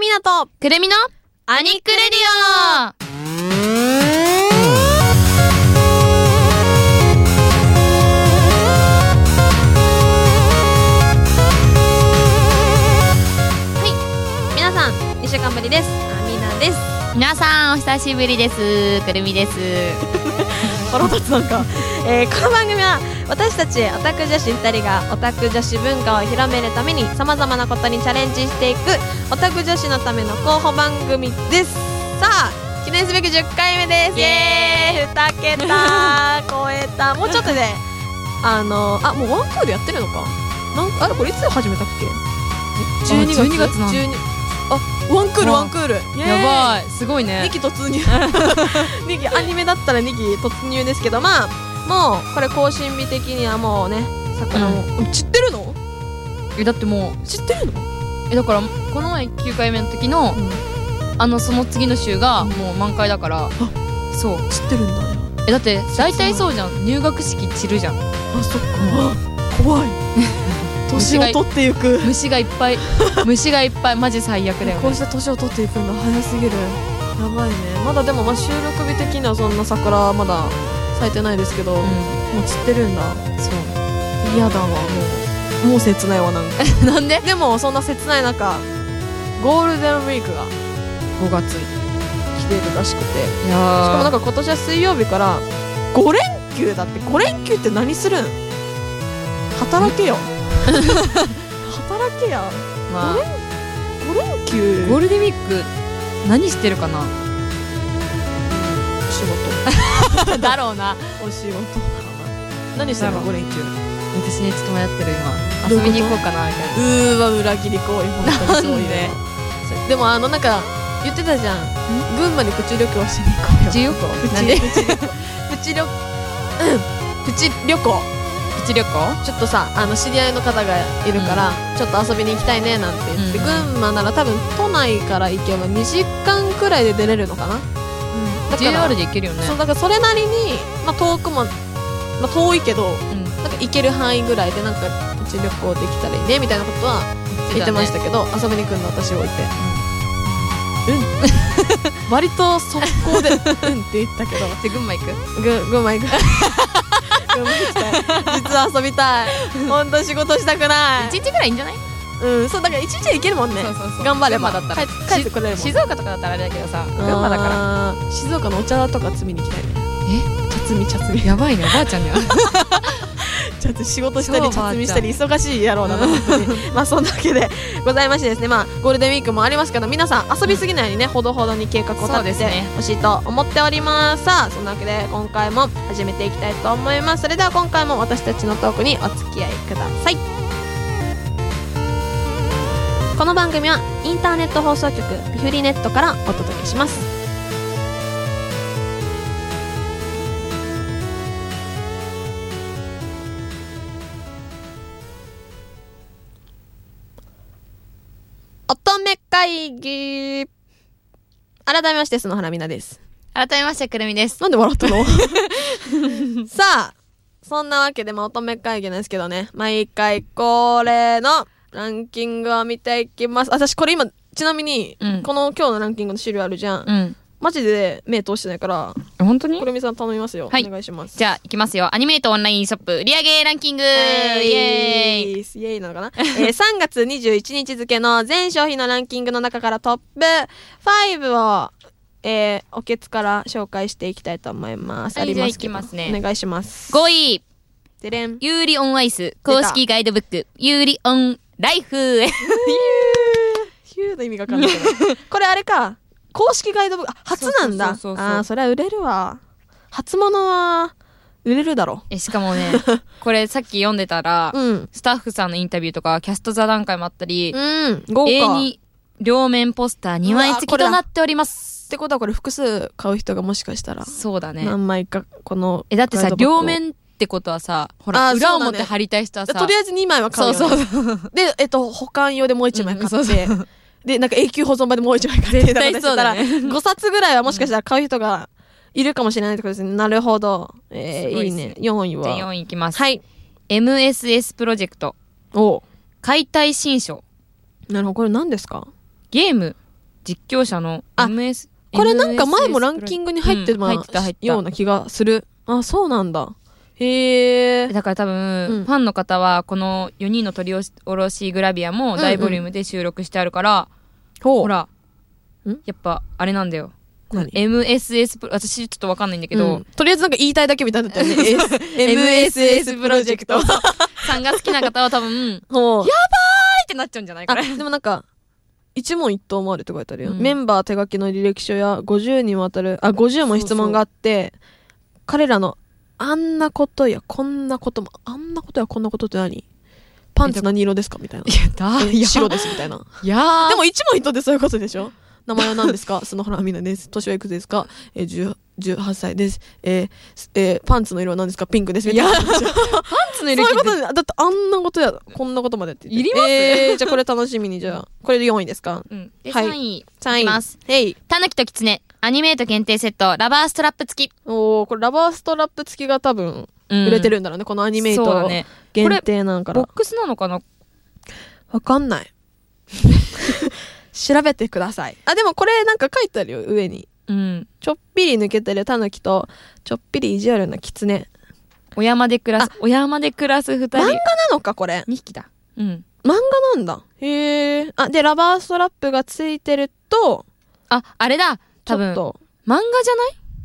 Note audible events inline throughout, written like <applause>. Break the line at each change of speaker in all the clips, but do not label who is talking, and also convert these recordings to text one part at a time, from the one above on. みなと、
くるみの
アニックレディオはい、皆さん、2週間ぶりです。アミナです。
皆さんお久しぶりですくるみです
腹立つなんか、えーこの番組は私たちオタク女子2人がオタク女子文化を広めるためにさまざまなことにチャレンジしていくオタク女子のための候補番組ですさあ記念すべき10回目です
イエ
エーイ2桁
<laughs>
超えたもうちょっとであのあもうワンクールやってるのかなんあれこれいつ始めたっけ
あ
12月
12月なんだ
12… あワンクール
わ
ワンクールや
やばいすごいね
2期突入 <laughs> 二期アニメだったら2期突入ですけどまあもうこれ更新日的にはもうね桜も、うん知ってるの
えだってもう
知ってるの、
えだからこの前9回目の時のあのその次の週がもう満開だからそう
知ってるんだね
えだって大体そうじゃん入学式散るじゃん
あそっか、 <laughs> 怖い年を取っていく
虫がいっぱ <laughs> い虫がいっぱいマジ最悪だよ
こう
ね
して年を取っていくんだ早すぎるやばいねまだでもまあ収録日的にはそんな桜まだ咲いてないですけど、
う
も
ん
う知ってるんだ
そ
嫌だわもうもう切ないわなん <laughs> か
うなんで
でもそんな切ない中ゴールデンウィークが
5月
来ているらしくてし
いや
かもなん
ー
か今年は水曜日から5連休だって5連休って何するん働 <laughs> けよ働けや
まあ
5連休
ゴールデンウィーク何してるかな
仕
<laughs> だろうな
事お仕事何してんの5連休
私ねちょっと迷ってる
どう
今
いうこと
遊びに行こうかなみたいな
うーわ裏切り行為本当にそういうね <laughs> そうでもあのなんか言ってたじゃん群馬でプチ旅行しに行こうよ
プチ旅行
プチ
何
<laughs> プチ旅行うんプチ旅行
プチ旅行
ちょっとさあの知り合いの方がいるから、ちょっと遊びに行きたいねなんて言って、
うん
群馬なら多分都内から行けば2時間くらいで出れるのかな、だから
JR で行けるよね
そうだからそれなりに、まあ、遠くも、まあ、遠いけど
うん
なんか行ける範囲ぐらいでなんかうち旅行できたらいいねみたいなことは言ってましたけど、遊びに来るの私置いてうん <laughs> 割と速攻で「うん」って言ったけど
で群馬行く
ぐ群馬行く群馬行きたい実は遊び
<laughs>
たい本当仕事したくない
一日ぐらいいいんじゃない
うんそうだから一日で行けるもんね
そうそうそう
頑張れば
群馬だったら
帰帰ってこれるもん
し静岡とかだったらあれだけどさ群馬だから
ら静岡のお茶とか摘みに行きたいね
え
茶摘み茶摘み
やばいねおばあちゃんに <laughs> は
ちゃんと仕事したり
そう
茶摘みしたり忙しいやろうな
<laughs>
本当に <laughs> まあそんなわけでございましてですねまあゴールデンウィークもありますけど皆さん遊びすぎないようにねほどほどに計画を
そう
立
で
て
す
て
ね
ほしいと思っておりますさあそんなわけで今回も始めていきたいと思いますそれでは今回も私たちのトークにお付き合いくださいこの番組はインターネット放送局ピフリネットからお届けします乙女会議改めまして、その花みなです。
改めましてくるみです
なんで笑った
<laughs>
のさあ、そんなわけで、まあ、乙女会議なんですけどね、毎回恒例のランキングを見ていきます。私、これ今、ちなみに、
うん
この今日のランキングの資料あるじゃん。
うん
マジで目通してないから、
本当に
これみさん頼みますよ。
はい
お願いします。
じゃあ行きますよアニメートオンラインショップ売上ランキングイエーイ
イエーイイエーイなのかな、えー、3月21日付の全商品のランキングの中からトップ5を、えー、おけつから紹介していきたいと思います。
はい
ありますけど
じゃあいきますね
お願いします。
5位
でれん。
ユーリオンアイス公式ガイドブックユーリオンライフ
ヒューの意味がわかんないけど。これあれか。公式ガイドブック、あ、初なんだ。あ
<laughs> そうそうそうそう
あーそれは売れるわ。初物は売れるだろ
えしかも <laughs> ねこれさっき読んでたら
う。うん。
スタッフさんのインタビューとかキャスト座談会もあったり
うん。豪華。
永遠に両面ポスター2枚付きとなっております
ってことはこれ複数買う人がもしかしたら、
そうだね
何枚かこの
えだって
ガイ
さ
ドブックを
両面ってことはさほ
あ
ら
ー
裏
そうだ
を
ね
表張りたい人はさ
とりあえず2枚は買うよ、ね、
そうそう
で、えっと、保管用でもう1枚買って、
うんそうそ
で、なんか永久保存版でもう1枚買って、
絶対そうだね
から5冊ぐらいはもしかしたら買う人がいるかもしれないってことですね。なるほど。えー、
すご
い
い
い
っすね
ね。4位
じゃあ4
は。
位いきます、
はい。
MSS プロジェクト
お
解体新書
なるほど。これ何ですか
ゲーム実況者の
あ
MS
これなんか前もランキ
ン
ングに入ってた,、
うん入ってた入ってた
ような気がする。あ、そうなんだ。へえ。
だから多分、
うん
ファンの方はこの4人の取り下ろしグラビアも大ボリュームで収録してあるから、
ほ
ほら
ん
やっぱあれなんだよ
何
MSS プロ私ちょっとわかんないんだけど、
うんとりあえずなんか言いたいだけみたいだったよ
<laughs>
ね。
MSS プロジェクト
MSS
<laughs> さんが好きな方は多分 <laughs> はい
ほう。
ってなっちゃうんじゃない
あ
これ
でもなんか、一問一答もあるって書いてあるよ。
うん
メンバー手書きの履歴書や50にわたる、あ、50も質問があって、彼らのあんなことやこんなことも、あんなことやこんなことって何パンツ何色ですかみたいな。
だ
え白ですみたいな。
いや
で
でも
も一問一答ってそういうことでしょ名前は何ですか <laughs> 篠原アミナです。年はいくつですかえー、10 18歳です。えーすえーパンツの色は何ですかピンクです。みたいなことでしょ。
パン
そ
ツの
う
履
いうこ
歴
とだだってあんなことや、こんなことまでって言って。
いります
えー、じゃあこれ楽しみに、じゃあ。これで4位ですか
うん、で
はい
3位、
?3 位。
いきます。
へい。
タヌキとキツネアニメート限定セットラバーストラップ付き、
おー、これラバーストラップ付きが多分
うん
売れてるんだろうね。このアニメイ
そ
ト
うだね
限定なんか
ボ
ら
ッ。クスなのかな
わかんない。 <laughs> 調べてください。あ、でもこれなんか書いてあるよ、上に。
うん
ちょっぴり抜けてるタヌキと、ちょっぴり意地悪なキツネ。
お山で暮らすお山で暮らす2人
漫画なのか、これ。
2匹だうん
漫画なんだ。へえ。あ、で、ラバーストラップがついてると、
ああれだ
ちょ
多
っ
分漫画
と。
じゃない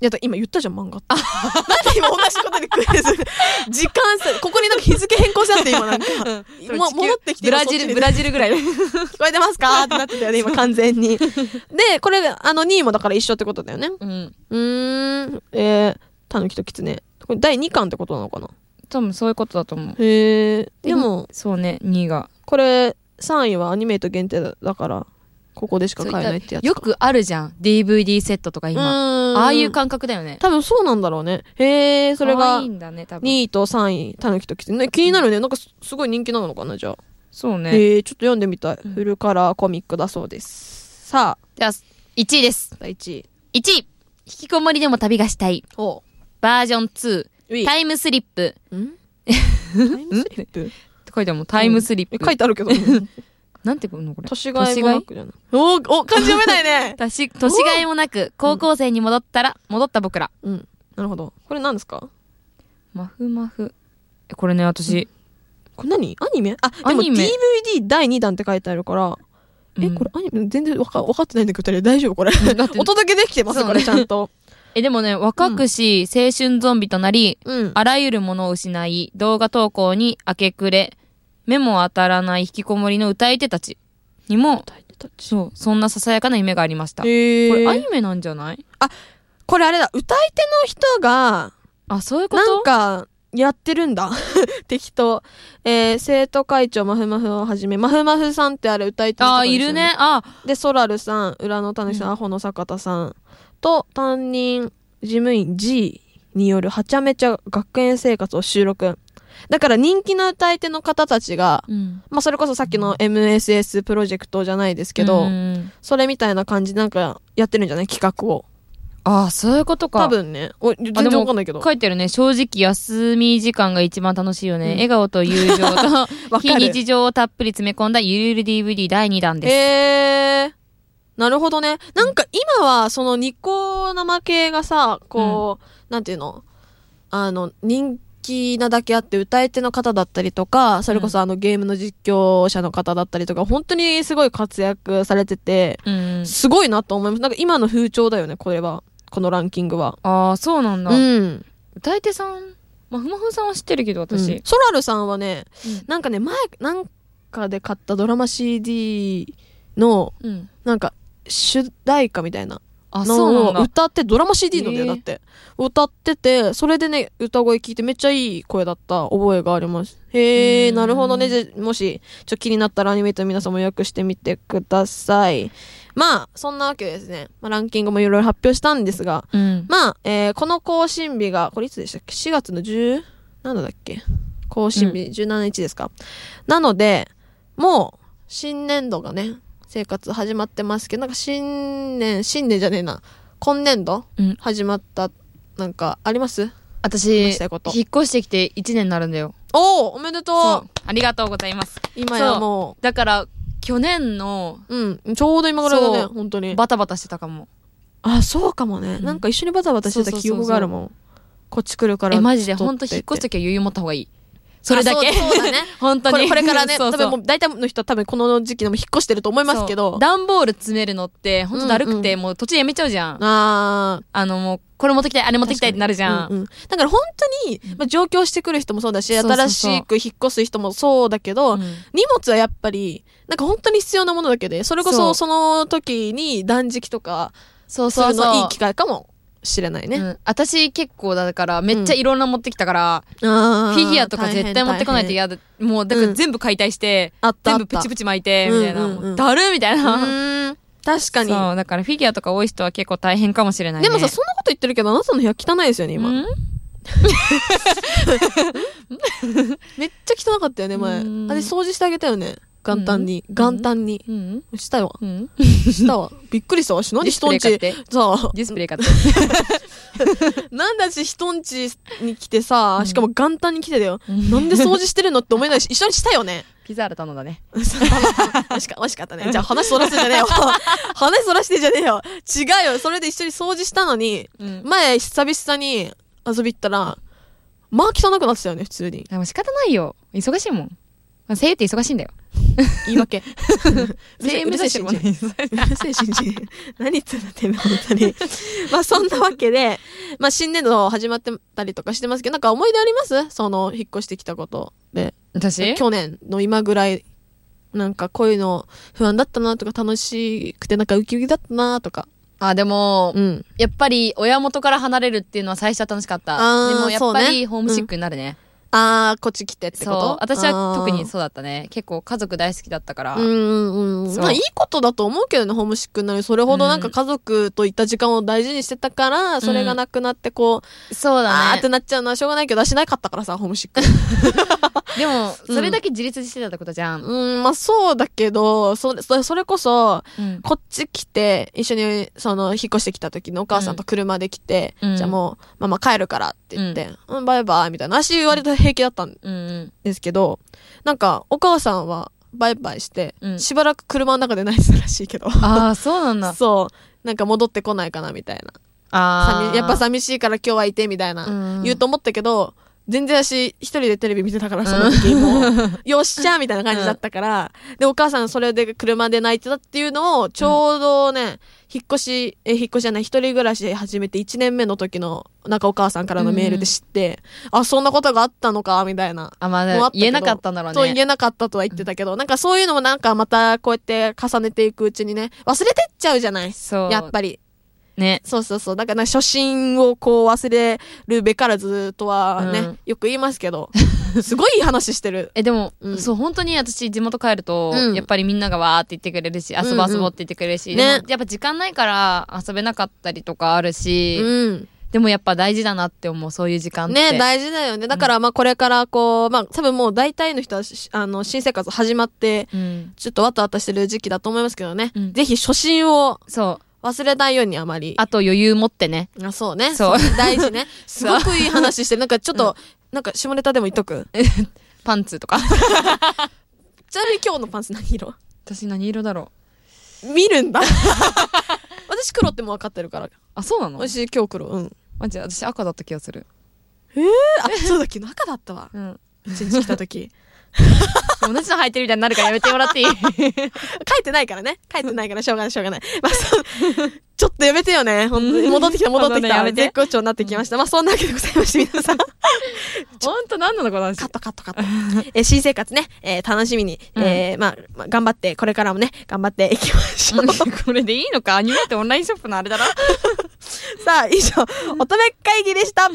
いや、だから今言ったじゃん、漫画って。なんで今同じことにクイズ。時間差、ここになんか日付変更しちゃって、今なんか。
<laughs>
もう戻ってきて
ブラジルブラジルぐらい
聞こえてますかってなってたよね、今完全に。 <laughs> で、これ、あの、2位もだから一緒ってことだよね。
うん
うーん。えー、タヌキとキツネ。これ第2巻ってことなのかな
多分そういうことだと思う
へえ。でも、
そうね2位が
これ、3位はアニメート限定だだから、ここでしか買えないってやつか。
よくあるじゃん DVD セットとか今
今
ああいう感覚だよね
多分そうなんだろうね。へえ、それ
可
が
愛い。んだね多分
2位と3位、タヌキとキツネ。ね気になるね。なんかすすごい人気なのかな、じゃあ。
そうね
えー、ちょっと読んでみたい。
うん
フルカラーコミックだそうです。さあ、
じゃあ1位です
第1位。
1位引きこもりでも旅がしたい
ほ
バージョン2
う。ウィ
タイムスリップ
んタイムスリップ
って書いてあるもんタイムスリッ
<laughs> え
プ
書いてあるけど。
なんていうのこれ。
年がいもなくじゃない。おーお、漢字読めない <laughs> ね
年年がいもなく高校生に戻ったら戻った僕ら
うん。なるほど。これ何ですか
まふまふえこれね私
これ何アニメあ、で
ア
も
ニ
DVD
メ
第2弾って書いてあるから、え、
うん
これアニメ全然わか分かってないんだけど、二人大丈夫これ。 <laughs>
だって
お届けできてます
そうね
これちゃんと。
えでもね若くし青春ゾンビとなり
うん。
あらゆるものを失い動画投稿に明け暮れ目も当たらない引きこもりの歌い手たちにもそうそんなささやかな夢がありましたこ
へ
れア
ー
ニメなんじゃない
これあれだ、歌い手の人が、
あそういうこと
なんか、やってるんだ。 <laughs> 適当。えー、生徒会長まふまふをはじめ、まふまふさんってあれ歌い手の
あ
方
ー
です
い
よ
るね。あ
で、ソラルさん、裏のたぬきさん、
うん
アホの坂田さんと、担任事務員 G によるはちゃめちゃ学園生活を収録。だから人気の歌い手の方たちが、
うん
まあ、それこそさっきの MSS プロジェクトじゃないですけど、
うん
それみたいな感じなんかやってるんじゃない企画を。
あーそういうことか
多分ね。お全
あで
然
も
わかんないけど。
書いてるね正直休み時間が一番楽しいよね、
うん
笑顔と友情と
<laughs> わ
非
かる。
日常をたっぷり詰め込んだゆるゆる DVD 第2弾です、
へえー。なるほどね。なんか今は、そのニコ生系がさ、こう、なんていうのあの、人気なだけあって歌い手の方だったりとか、それこそあのゲームの実況者の方だったりとか、本当にすごい活躍されてて、
うん
すごいなと思います。なんか今の風潮だよね、これは。このランキングは。
ああそうなんだ、
うん。
歌い手さんまふまふさんは知ってるけど私、
うんソラルさんはね、
うん
なんかね、前、なんかで買ったドラマ CD の、
うん
なんか、主題歌みたいな。
あそう
の
なんだ
歌ってドラマ CD のだよ、
へー
だって歌っててそれでね歌声聞いてめっちゃいい声だった覚えがありますへえ
うーん
なるほどねじゃもしちょっと気になったらアニメと皆さんも予約してみてくださいまあそんなわけでですね、まあ、ランキングもいろいろ発表したんですが
うん
まあ、えーこの更新日がこれいつでしたっけ4月の 10? なんだっけ更新日17日ですか、なのでもう新年度がね生活始まってますけどなんか新年新年じゃねえな今年度、
うん
始まったなんかあります
私
話
引
したいこと
っ越してきて1年になるんだよ
おおおめで
そ
とう
うありがとうございます
今やも
だから去年の
うん、ちょうど今ぐらいだね、
そう
本当に。
バタバタしてたかも。
あ、そうかもね、
うん
なんか一緒にバタバタしてた記憶があるもん。こっち来るから。
え、マジ
ち
で、
ょっ
本当
て
引っ
言
越す
て
ときは余裕持った方がいい。それだけ。
あそうそうだね
<laughs> 本当
こ
に。
れこれからね、
<laughs> そうそ
多
う
分もう大体の人は多分この時期でも引っ越してると思いますけ
そ
ど
う。段ボール詰めるのって、本当だるくて、
う
もう途中やめちゃうじゃん。
あー
あの、もう、これ持ってきたい、あれ持ってきたいってなるじゃ。
うんんうんだから本当に、まあ、上京してくる人もそうだし、
そうそうそ
新
う
しく引っ越す人もそうだけど、
うん
荷物はやっぱり、なんか本当に必要なものだけで、それこ
そ
そうその時に断食とか
そう
す
そ
る
う
のは
そう。
いい機会かもしれないね。
うん私結構だから、めっちゃいろんな持ってきたから、
あー
フィギュアとか絶対持ってこないと嫌だ。もう、だから全部解体して、
あったあ
全
った
部プチプチ巻いて、みたいな。
うんうんうん
もうだるみたい <laughs> な。
うーん確かに。
そう、だからフィギュアとか多い人は結構大変かもしれないね。
でもさ、そんなこと言ってるけど、あなたの部屋汚いですよね、今。
うん
めっちゃ汚かったよね、前。あれ
うん
掃除してあげたよね。元旦に。元旦に。
うん
したわ。
うん
したわ。びっくり
<laughs>
したわ。し、何
ディス
人
プ
ん
レイ買っ
ち。
て。
さ
ディスプレイ買って。
あ、なんだし人んちに来てさ
う、ん
しかも元旦に来てだよ。
うん
なんで掃除してるのって思え
<laughs>
ないし、一緒にしたよね。
ピザーラ頼んだね。
美味しか、美味しかったね。じゃあ話そらせてんじ
<laughs>
ゃねえよ。話そらしてんじゃねえよ。違うよ。それで一緒に掃除したのに、
うん。
前久々に遊び行ったら、まあ汚くなってたよね、普通に。
でも仕方ないよ。忙しいもん。声優って忙しいんだよ。
言い
<laughs>
訳。
声優
うる
目
さいし
指して
る
る
も
も
ん
ん
ね
ね。
うるせえ新人。何言ってんだてめえ、本当
<laughs>
に。まあそんなわけで、まあ新年度始まってたりとかしてますけど、なんか思い出ありますその、引っ越してきたことで。
私
去年の今ぐらい、なんかこういうの不安だったなとか楽しくてなんかウキウキだったなとか。
あ、でも、
うん。
やっぱり親元から離れるっていうのは最初は楽しかった。
あー
でもやっぱ
そうね
りホームシックになるね。
あー、こっち来てって
そ
こ
う
と
私は特に
そ
そうだったね。結構家族大好きだったから。
うんうんうん。
そう
まあいいことだと思うけどね、ホームシックになる。それほどなんか家族といった時間を大事にしてたから、それがなくなってこう、
そう
あ
だ
ーって
ね。
なっちゃうのはしょうがないけど、しなかったからさ、ホームシック。
でも、それだけ自立してたってことじゃん。
うん、まあそうだけど、それ、それそれこそ、
うん
こっち来て、一緒に、その、引っ越してきた時のお母さんと車で来て、
うん
じゃあもう、ママ帰るからって言って、うん、バイバイ、みたいな。私割と平気だったん
うん
ですけど、なんか、お母さんは、バイバイして、
うん
しばらく車の中で泣いてたらしいけど。
ああ、そうなんだ。
<laughs> そう。なんか戻ってこないかな、みたいな。
あ
寂
あ。
やっぱ、寂しいから今日はいて、みたいな、
うん
言うと思ったけど、全然私、一人でテレビ見てたから、その時、も
<laughs>
う、よっしゃみたいな感じだったから、で、お母さんがそれで車で泣いてたっていうのを、ちょうどね、引っ越し、え、引っ越しじゃない、一人暮らし始めて1年目の時の、なんかお母さんからのメールで知って、あ、そんなことがあったのか、みたいな。
あ、ま
もうあ
あ
ったけど
言えなかったんだろうね。
そう言えなかったとは言ってたけど、なんかそういうのもなんかまたこうやって重ねていくうちにね、忘れてっちゃうじゃない
そう
やっぱり。
ね。
そうそうそう。だから初心をこう忘れるべからずとはね、
うん
よく言いますけ <laughs> ど、すごいいい話してる。
え、でも、
うん
そう、本当に私、地元帰ると、
うん
やっぱりみんながわーって言ってくれるし、遊ぼう遊ぼうって言ってくれるし、
ね
でもやっぱ時間ないから遊べなかったりとかあるし、
うん。
でもやっぱ大事だなって思う、そういう時間って。
ね、大事だよね。だからまあこれからこう、まあ多分もう大体の人はし、あの、新生活始まって、
うん。
ちょっとわたわたしてる時期だと思いますけどね。
うん
ぜひ初心を
そう。
忘れないようにあまり。
あと余裕持ってね。
あ、そうね。
そう
大事 <laughs> ね。すごくいい話してる。なんかちょっと、なんか下ネタでも言っとく。
パンツ
<laughs>
とか。
ちなみに今日のパンツ何色
私何色だろ
見るん <laughs> だ。私黒ってもう分かってるから。
う。あ、そうなの
私今日黒。うん。
マジ私赤だった気がする。
あ、そうだ、昨日赤だったわ。
うん。
一日来た <laughs> 時。
同じの履いてるみたいになるからやめてもらっていい <laughs>
書いてないからね。書いてないからしょうがない、しょうがない。まあ、そう、ちょっとやめてよね。本当に。戻ってきた、戻ってき
そうだね
た。
やめて
絶好調になってきました。まあ、そんなわけでございまして、皆 <laughs> さん。
ほんと何なのこの話 <laughs>
カットカットカット。 <laughs> えー、新生活ね、えー楽しみに、えーまあ、まあ、頑張って、これからもね、頑張っていきましょう。
これでいいのかアニメってオンラインショップのあれだろ
さあ、以上、乙女会議でした。